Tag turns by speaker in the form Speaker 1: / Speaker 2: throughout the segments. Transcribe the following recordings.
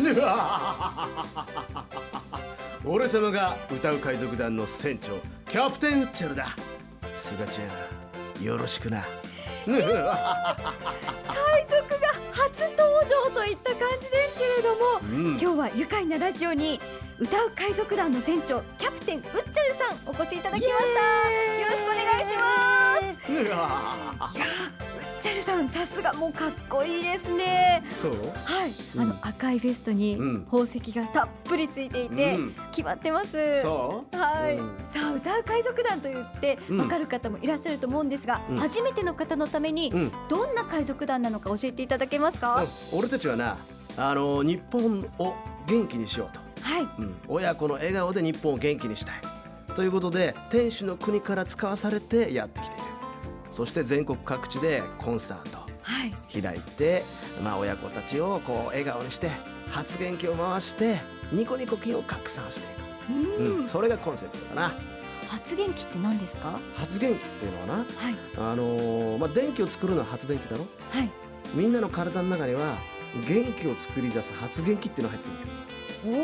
Speaker 1: うわ 俺様が歌う海賊団の船長キャプテンウッチェルだすがちゃんよろしくな
Speaker 2: 海賊が初登場といった感じですけれども、
Speaker 1: うん
Speaker 2: 今日は愉快なラジオに歌う海賊団の船長キャプテンウッチャルさんお越しいただきましたよろしくお願いします
Speaker 1: うわ
Speaker 2: ウッチャルさんさすがもうかっこいいですね
Speaker 1: そう
Speaker 2: はい、
Speaker 1: うん
Speaker 2: あの赤いベストに
Speaker 1: うん
Speaker 2: 宝石がたっぷりついていて、
Speaker 1: うん
Speaker 2: 決まってます
Speaker 1: そう
Speaker 2: はい、
Speaker 1: うん
Speaker 2: さあ歌う海賊団と言って
Speaker 1: うん
Speaker 2: わかる方もいらっしゃると思うんですが、
Speaker 1: うん
Speaker 2: 初めての方のために
Speaker 1: うん
Speaker 2: どんな海賊団なのか教えていただけますか、
Speaker 1: うん俺たちはなあの日本を元気にしようと、
Speaker 2: はい
Speaker 1: うん、親子の笑顔で日本を元気にしたいということで天守の国から使わされてやってきているそして全国各地でコンサート
Speaker 2: はい
Speaker 1: 開いて、まあ、親子たちをこう笑顔にして発言機を回してニコニコ金を拡散していく、
Speaker 2: うん、
Speaker 1: うんそれがコンセプトだな
Speaker 2: 発言機って何ですか
Speaker 1: 発言機っていうのはな、
Speaker 2: はい
Speaker 1: あのーまあ、電気を作るのは発電機だろ
Speaker 2: はい
Speaker 1: みんなの体の中には元気を作り出す発言機っていうのが入ってる
Speaker 2: おお、
Speaker 1: んだ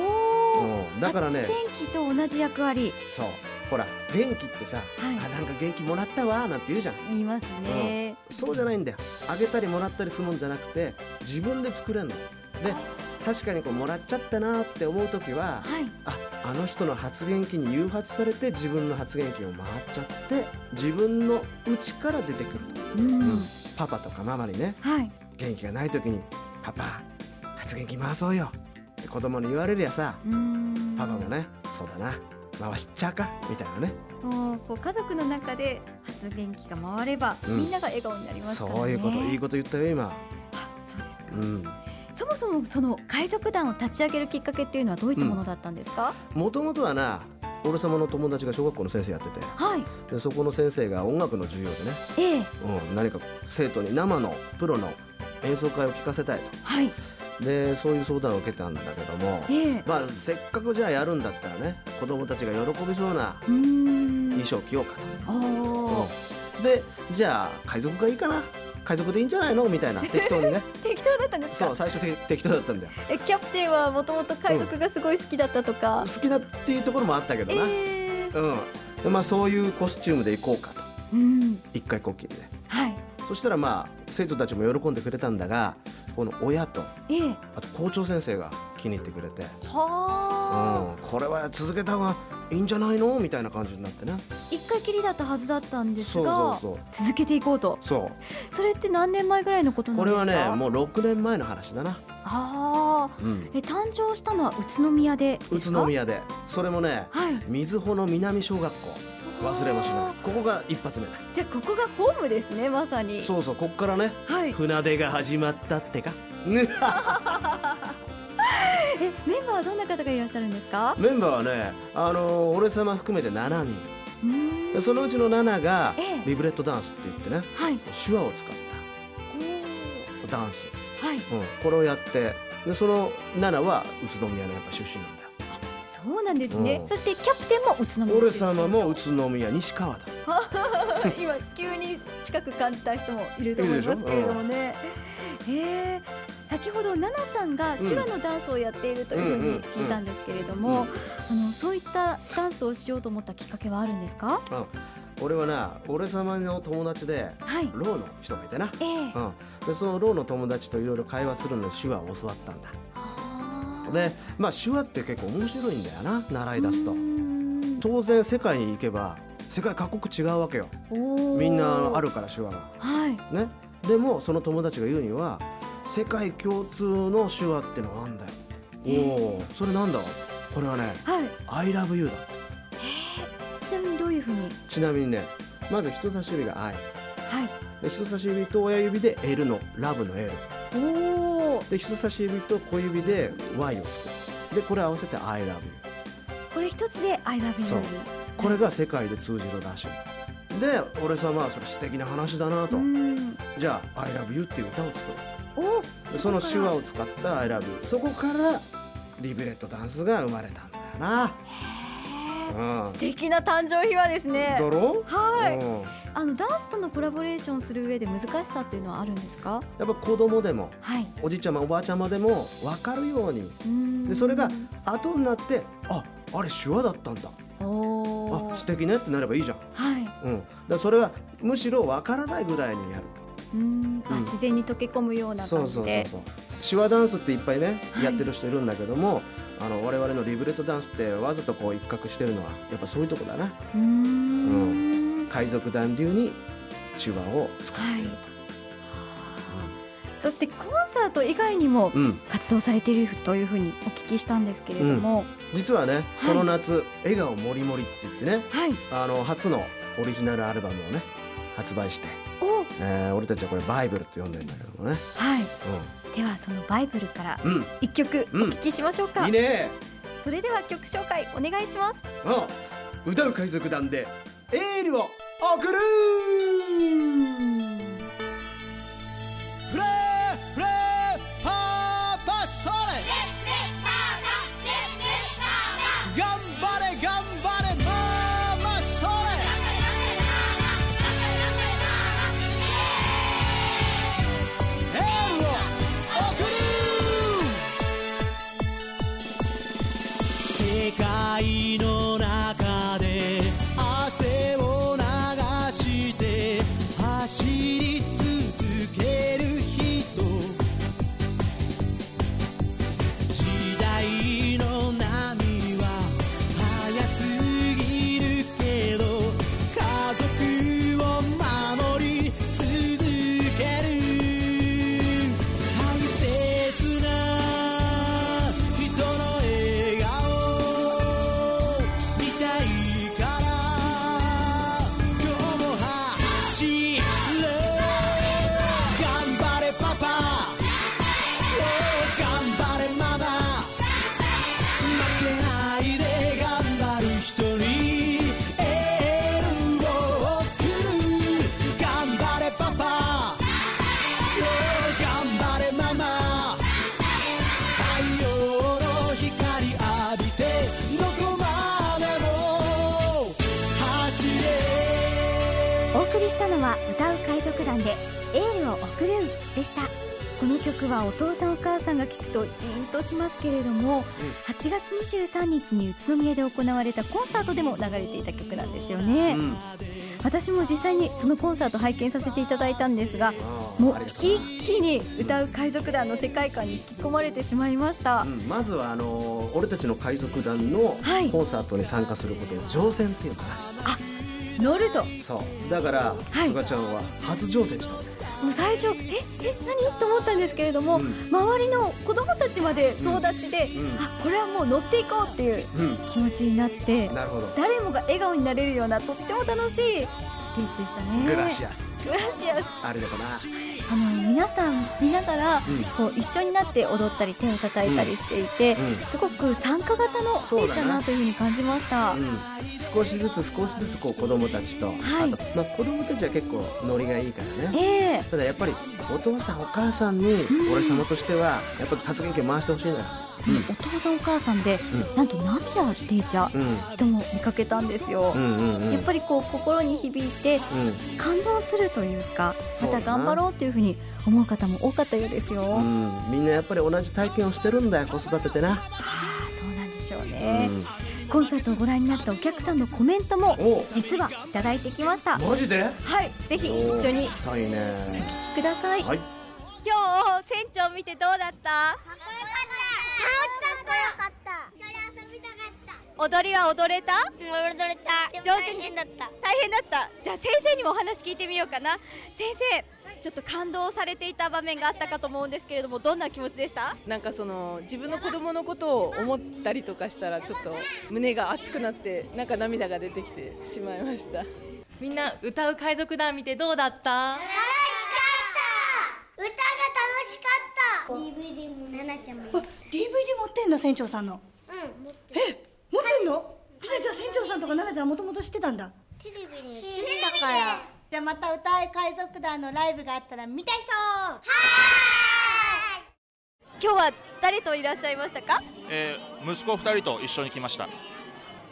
Speaker 1: よ、うん、だからね
Speaker 2: 発電機と同じ役割
Speaker 1: そうほら元気ってさ、
Speaker 2: い
Speaker 1: あなんか元気もらったわなんて言うじゃん
Speaker 2: 言いますね、
Speaker 1: そうじゃないんだよあげたりもらったりするもんじゃなくて自分で作れんので確かにこうもらっちゃったなって思う時は
Speaker 2: はい
Speaker 1: ああの人の発言機に誘発されて自分の発言機を回っちゃって自分の内から出てくる、
Speaker 2: うん、
Speaker 1: パパとかママにね
Speaker 2: はい
Speaker 1: 元気がない時に「パパ発言機回そうよ」って子供に言われりゃさ
Speaker 2: うん
Speaker 1: パパもね「そうだな回しちゃうか」みたいなね
Speaker 2: もうこう家族の中で発電機が回れば、
Speaker 1: うん
Speaker 2: みんなが笑顔になりますからね
Speaker 1: そういうこといい
Speaker 2: こ
Speaker 1: こと言ったよ今、
Speaker 2: そうですか
Speaker 1: うん、
Speaker 2: そもそもその海賊団を立ち上げるきっかけっていうのはどういったものだったんですか、
Speaker 1: もともとはな俺様の友達が小学校の先生やってて
Speaker 2: はい
Speaker 1: でそこの先生が音楽の授業でね、
Speaker 2: ええ
Speaker 1: うん、何か生徒に生のプロの演奏会を聴かせたい
Speaker 2: はい
Speaker 1: とでそういう相談を受けたんだけども、
Speaker 2: ええ
Speaker 1: まあ、せっかくじゃあやるんだったらね子供たちが喜びそうな
Speaker 2: うーん
Speaker 1: 衣装着ようか
Speaker 2: お
Speaker 1: と、
Speaker 2: お、
Speaker 1: うんでじゃあ海賊がいいかな海賊でいいんじゃないのみたいな適当に ね
Speaker 2: 適当だったんです
Speaker 1: そ
Speaker 2: か
Speaker 1: う最初て適当だったんだよ
Speaker 2: えキャプテンはもともと海賊がすごい好きだったとか
Speaker 1: 好、きだっていうところもあったけどな、
Speaker 2: ええ
Speaker 1: うんでまあ、そういうコスチュームで行こうかと
Speaker 2: うん
Speaker 1: 一回こっきりで。
Speaker 2: はい
Speaker 1: そしたらまあ生徒たちも喜んでくれたんだがこの親と
Speaker 2: ええ
Speaker 1: あと校長先生が気に入ってくれて、
Speaker 2: はあ、
Speaker 1: うん、これは続けた方がいいんじゃないのみたいな感じになってね
Speaker 2: 一回きりだったはずだったんです
Speaker 1: そう
Speaker 2: が
Speaker 1: そうそう
Speaker 2: 続けていこうと
Speaker 1: そ
Speaker 2: それって何年前ぐらいのこと
Speaker 1: う
Speaker 2: なん
Speaker 1: こ
Speaker 2: で
Speaker 1: れ
Speaker 2: すか
Speaker 1: はねもう6年前の話だな、
Speaker 2: ああ
Speaker 1: うん、
Speaker 2: え誕生したのは宇都宮でで
Speaker 1: 宇
Speaker 2: すか
Speaker 1: 都宮でそれもね
Speaker 2: はい
Speaker 1: 瑞穂の南小学校忘れもし
Speaker 2: は
Speaker 1: ないここが一発目
Speaker 2: あじゃあここがホームですねまさに
Speaker 1: そうそうこっからね
Speaker 2: はい
Speaker 1: 船出が始まったってか、ね、
Speaker 2: えメンバーはどんな方がいらっしゃるんですか
Speaker 1: メンバーはねあのー俺様含めて7人
Speaker 2: うーん
Speaker 1: でそのうちの7が
Speaker 2: ええ
Speaker 1: ビブレットダンスって言ってね
Speaker 2: はい
Speaker 1: 手話を使ったダンス、
Speaker 2: はい
Speaker 1: うん、これをやってでその7は宇都宮のやっぱ出身なんだよ
Speaker 2: そうなんですね、
Speaker 1: うん
Speaker 2: そしてキャプテンも宇都宮
Speaker 1: 俺
Speaker 2: 出身
Speaker 1: 様も宇都宮西川だ
Speaker 2: 今急に近く感じた人もいると思いますけれどもね。えー先ほど奈々さんが手話のダンスをやっているというふうに聞いたんですけれども、あのそういったダンスをしようと思ったきっかけはあるんですか？
Speaker 1: 俺はな俺様の友達で
Speaker 2: はい。
Speaker 1: ろうの人がいてな、
Speaker 2: ええ
Speaker 1: うん、でそのろうの友達といろいろ会話するのに手話を教わったんだでまあ手話って結構面白いんだよな習い出すと
Speaker 2: と
Speaker 1: 当然世界に行けば世界各国違うわけよみんなあ
Speaker 2: る。
Speaker 1: るから手話が
Speaker 2: はい。
Speaker 1: ねでもその友達が言うには世界共通の手話ってのがあんだよ
Speaker 2: えー
Speaker 1: おおそれなんだこれはね
Speaker 2: は
Speaker 1: 「
Speaker 2: い。
Speaker 1: ILOVEYOU」だって
Speaker 2: ちなみにどういうふうに？
Speaker 1: ちなみにねまず人差し指が「I
Speaker 2: はい。」
Speaker 1: で人差し指と親指で「L」の「LOVE」の「L
Speaker 2: おお。」
Speaker 1: で人差し指と小指で「Y」を作るでこれ合わせて「ILOVEYOU
Speaker 2: これ一つで I love you。
Speaker 1: そう」これが世界で通じるらしいで俺様はそれ素敵な話だな
Speaker 2: う
Speaker 1: と
Speaker 2: ん。
Speaker 1: じゃあ「ILOVEYOU」っていう歌を作る
Speaker 2: お
Speaker 1: でその手話
Speaker 2: を。
Speaker 1: を使った「ILOVEYOU」そこからリブレットダンスが生まれたんだよな
Speaker 2: へ
Speaker 1: うん
Speaker 2: 素敵な誕生秘話ですね
Speaker 1: だろ
Speaker 2: はい
Speaker 1: うん
Speaker 2: あのダンスとのコラボレーションする上で難しさっていうのはあるんですか
Speaker 1: やっぱ子供でも
Speaker 2: はい
Speaker 1: おじいちゃまおばあちゃまでも分かるように
Speaker 2: うーん
Speaker 1: でそれが後になってああれ手話だったんだ
Speaker 2: お
Speaker 1: あ
Speaker 2: ー
Speaker 1: 素敵ねってなればいいじゃん、
Speaker 2: はい
Speaker 1: うん、だからそれはむしろ分からないぐらいにやる
Speaker 2: うーんあ
Speaker 1: うん
Speaker 2: 自然に溶け込むような
Speaker 1: そ
Speaker 2: 感
Speaker 1: う
Speaker 2: じ
Speaker 1: そうそう
Speaker 2: で
Speaker 1: そう手話ダンスっていっぱいね
Speaker 2: はい
Speaker 1: やってる人いるんだけども、あの我々のリブレットダンスってわざとこう一角してるのはやっぱそういうとこだな
Speaker 2: うーん
Speaker 1: 海賊団流に手話を使っていると、
Speaker 2: そしてコンサート以外にも
Speaker 1: うん、
Speaker 2: 活動されているというふうにお聞きしたんですけれども、
Speaker 1: 実はね、この夏「笑顔もりもり」って言ってね
Speaker 2: はい
Speaker 1: あの初のオリジナルアルバムをね発売して、
Speaker 2: お
Speaker 1: えー俺たちはこれバイブルって呼んでんだけどもね、
Speaker 2: はいではそのバイブルから
Speaker 1: うん、
Speaker 2: 一曲お聞きしましょうか、
Speaker 1: いいね
Speaker 2: それでは曲紹介お願いします
Speaker 1: うん歌う海賊団でエールを送るフレーフレーパーパソレ頑張れ頑張れママソレエールを送る
Speaker 3: 世界の中で汗を流して走り続ける人時代の波は速すぎるけど家族を守り続ける大切な人の笑顔見たいから今日も走ろう頑張れパパ頑張れママ負けないで頑張る人にエールを送る頑張れパパ頑張れママ太陽の光浴びてどこまでも走れ
Speaker 2: お送りしたのは歌う海賊団でエールを送るんでしたこの曲はお父さんお母さんが聞くとジーンとしますけれども、8月23日に宇都宮で行われたコンサートでも流れていた曲なんですよね、
Speaker 1: うん
Speaker 2: 私も実際にそのコンサート拝見させていただいたんですがもう一気に歌う海賊団の世界観に引き込まれてしまいました、
Speaker 1: うん、まずはあのー俺たちの海賊団の
Speaker 2: はい
Speaker 1: コンサートに参加することを乗船っていうかな、
Speaker 2: 乗るとも
Speaker 1: そうだから
Speaker 2: い
Speaker 1: すが、ちゃんは初乗船したの
Speaker 2: う最初ええ何と思ったんですけれども、
Speaker 1: うん
Speaker 2: 周りの子供たちまで総立ちで、
Speaker 1: うん
Speaker 2: あこれはもう乗っていこうっていう
Speaker 1: う
Speaker 2: 気持ちになって
Speaker 1: んなるほど
Speaker 2: 誰もが笑顔になれるようなとっても楽しいステージでしたね
Speaker 1: グラシアス
Speaker 2: グラシアス
Speaker 1: ありがとうな
Speaker 2: あの皆さん見ながら、
Speaker 1: ん
Speaker 2: こう一緒になって踊ったり手を叩いたりしていて、
Speaker 1: うんうん
Speaker 2: すごく参加型のステージだなというふうに感じました、
Speaker 1: うん、少しずつ少しずつこう子供たちと、
Speaker 2: はい
Speaker 1: あと、まあ、子供たちは結構ノリがいいからね
Speaker 2: ええ
Speaker 1: ただやっぱりお父さんお母さんに
Speaker 2: ん
Speaker 1: 俺様としてはやっぱり発言権回してほしいのよ、
Speaker 2: そのお父さんお母さんで、なんと涙をしていた
Speaker 1: う
Speaker 2: 人も見かけたんですよ、
Speaker 1: ん、うんうんうん
Speaker 2: やっぱりこう心に響いて
Speaker 1: うん
Speaker 2: 感動するというかま
Speaker 1: そうだ
Speaker 2: た
Speaker 1: な
Speaker 2: 頑張ろうというふうに思う方も多かったようですよ、
Speaker 1: う
Speaker 2: あ
Speaker 1: ん、みんなやっぱり同じ体験をしてるんだよ子育ててな、
Speaker 2: あそうなんでしょう
Speaker 1: う
Speaker 2: ね、
Speaker 1: ん、
Speaker 2: コンサートをご覧になったお客さんのコメントも
Speaker 1: お
Speaker 2: 実はいただいてきましたは
Speaker 1: マジで
Speaker 2: いぜひ一緒にお聴
Speaker 1: したいね
Speaker 2: きください、
Speaker 1: はい
Speaker 2: 今日船長見てどうだった
Speaker 4: かっこよかった。かっこよかった。それ遊びたかった。
Speaker 2: 踊りは踊れた
Speaker 4: 戻れた。
Speaker 2: 上手に
Speaker 4: 変だった。
Speaker 2: 大変だったじゃあ先生にもお話聞いてみようかな先生ちょっと感動されていた場面があったかと思うんですけれどもどんな気持ちでした
Speaker 5: なんかその自分の子供のことを思ったりとかしたらちょっと胸が熱くなってなんか涙が出てきてしまいました
Speaker 6: みんな歌う海賊団見てどうだった
Speaker 4: 楽しかった。歌が楽しかった。DVD もななちゃんも。うん。
Speaker 7: DVD 持ってんの船長さんの持ってんのじゃあじゃあ船長さんとか奈々ちゃんもともと知ってたんだ
Speaker 4: テレビに映ったから。
Speaker 7: じゃあまた歌い海賊団のライブがあったら見たい人
Speaker 2: 今日は誰といらっしゃいましたか
Speaker 8: えー息子2人と一緒に来ました
Speaker 2: 今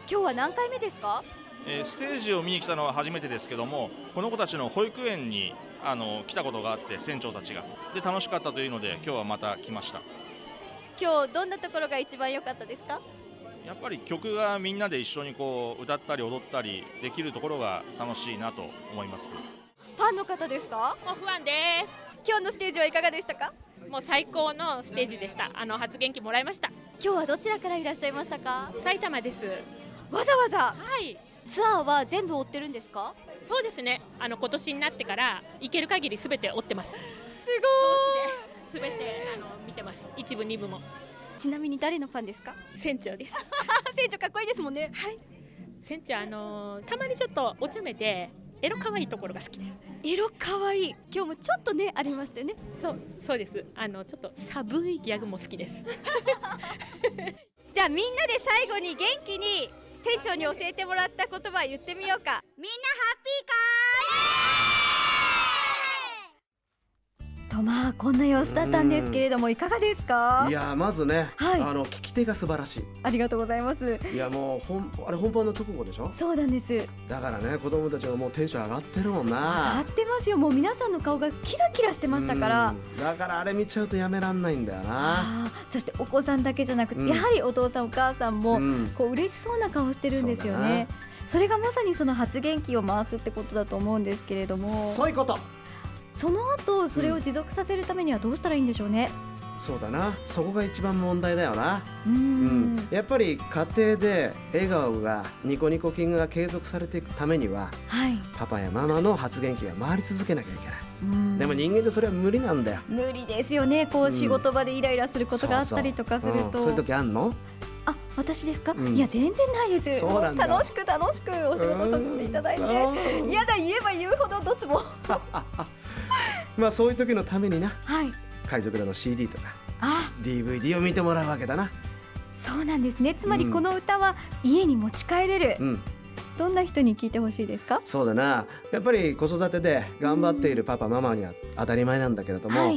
Speaker 2: 日は何回目ですか
Speaker 8: えーステージを見に来たのは初めてですけどもこの子たちの保育園にあの来たことがあって船長たちがで楽しかったというので今日はまた来ました
Speaker 2: 今日どんなところが一番良かったですか
Speaker 8: やっぱり曲がみんなで一緒にこう歌ったり踊ったりできるところが楽しいなと思います
Speaker 2: ファンの方ですか
Speaker 9: もう不安で
Speaker 2: 今日のステージはいかがでしたか
Speaker 9: す。もう最高のステージでした。あの発言機もらいました。
Speaker 2: 今日はどちらからいらっしゃいましたか
Speaker 9: 埼玉です。
Speaker 2: わざわざ
Speaker 9: はい。
Speaker 2: ツアーは全部追ってるんですか
Speaker 9: そうですね。あの今年になってから行ける限りすべて追ってます。すごい。すべてあの見てます。一部二部も。
Speaker 2: ちなみに誰のファンですか
Speaker 9: 船長です。
Speaker 2: 船長かっこいいですもんね
Speaker 9: 船長あのたまにちょっとお茶目でエロ可愛いところが好きです。
Speaker 2: 色可愛い今日もちょっとねありましたよね
Speaker 9: そうそうです。あのちょっと寒いギャグも好きです。
Speaker 2: じゃあみんなで最後に元気に店長に教えてもらった言葉言ってみようかみんなハッピーかとまあこんな様子だったんですけれどもいかがですか
Speaker 1: いやーまずね、
Speaker 2: はい
Speaker 1: あの聞き手が素晴らし
Speaker 2: ありがとうございます
Speaker 1: いいやもう本あれ本番の直後でしょ
Speaker 2: そうなんです
Speaker 1: だからね子供たちがもうテンション上がってるもん
Speaker 2: 合
Speaker 1: な
Speaker 2: ってますよもう皆さんの顔がキラキラしてましたか
Speaker 1: う
Speaker 2: ら
Speaker 1: んだからあれ見ちゃうとやめらんないんだよな
Speaker 2: あーそしてお子さんだけじゃなくて、
Speaker 1: うん
Speaker 2: やはりお父さんお母さんも、
Speaker 1: うん
Speaker 2: こう嬉しそうな顔してるんですよねそれがまさにその発言機を回すってことだと思うんですけれども
Speaker 1: そういうこと
Speaker 2: その後それを持続させるためにはどうしたらいいんでしょうね。
Speaker 1: そうだなそこが一番問題だよな
Speaker 2: うーん
Speaker 1: やっぱり家庭で笑顔がニコニコ菌が継続されていくためには
Speaker 2: はい。
Speaker 1: パパやママの発言機が回り続けなきゃいけない、
Speaker 2: うん
Speaker 1: でも人間ってそれは無理なんだよ
Speaker 2: 無理ですよね。こ
Speaker 1: う
Speaker 2: うん仕事場でイライラすることがあったりとかする
Speaker 1: そうそううんそういう
Speaker 2: と、
Speaker 1: 時あんの
Speaker 2: あ、私ですか？
Speaker 1: うん
Speaker 2: いや全然ないです。
Speaker 1: そうなんだ
Speaker 2: 楽しく楽しくお仕事させていただいて、
Speaker 1: うん
Speaker 2: 嫌だ言えば言うほどどつも。
Speaker 1: まあそういう時のためにな
Speaker 2: はい。
Speaker 1: 海賊団の CD とか
Speaker 2: あ、
Speaker 1: DVD を見てもらうわけだな
Speaker 2: そうなんですね。つまり
Speaker 1: うん
Speaker 2: この歌は家に持ち帰れる。
Speaker 1: うん
Speaker 2: どんな人に聞いてほしいですか？
Speaker 1: そうだなやっぱり子育てで頑張っているパパママには当たり前なんだけれども、
Speaker 2: はい。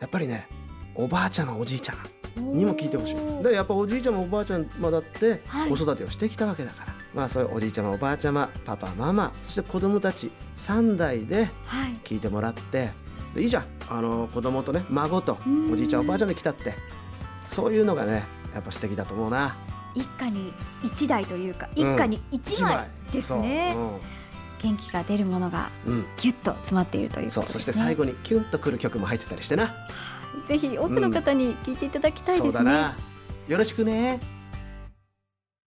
Speaker 1: やっぱりねおばあちゃんおじいちゃんにも聞いてほし
Speaker 2: おー
Speaker 1: いでやっぱおじいちゃまおばあちゃんまだって
Speaker 2: はい
Speaker 1: 子育てをしてきたわけだから、まあそういうおじいちゃまおばあちゃまパパママそして子供たち3代で
Speaker 2: はい。
Speaker 1: 聞いてもらってでいいじゃんあの子供とね孫と
Speaker 2: うん
Speaker 1: おじいちゃんおばあちゃんで来たってそういうのがねやっぱ素敵だと思うな
Speaker 2: 一家に一台というか、
Speaker 1: うん
Speaker 2: 一家に一枚ですね。元気が出るものが
Speaker 1: そう,、うんうん
Speaker 2: ギュッと詰まっているということです、
Speaker 1: そう
Speaker 2: ね、
Speaker 1: そして最後にキュンとくる曲も入ってたりしてな、
Speaker 2: ぜひ多くの方に聞いていただきたいですね、
Speaker 1: そうだなよろしくね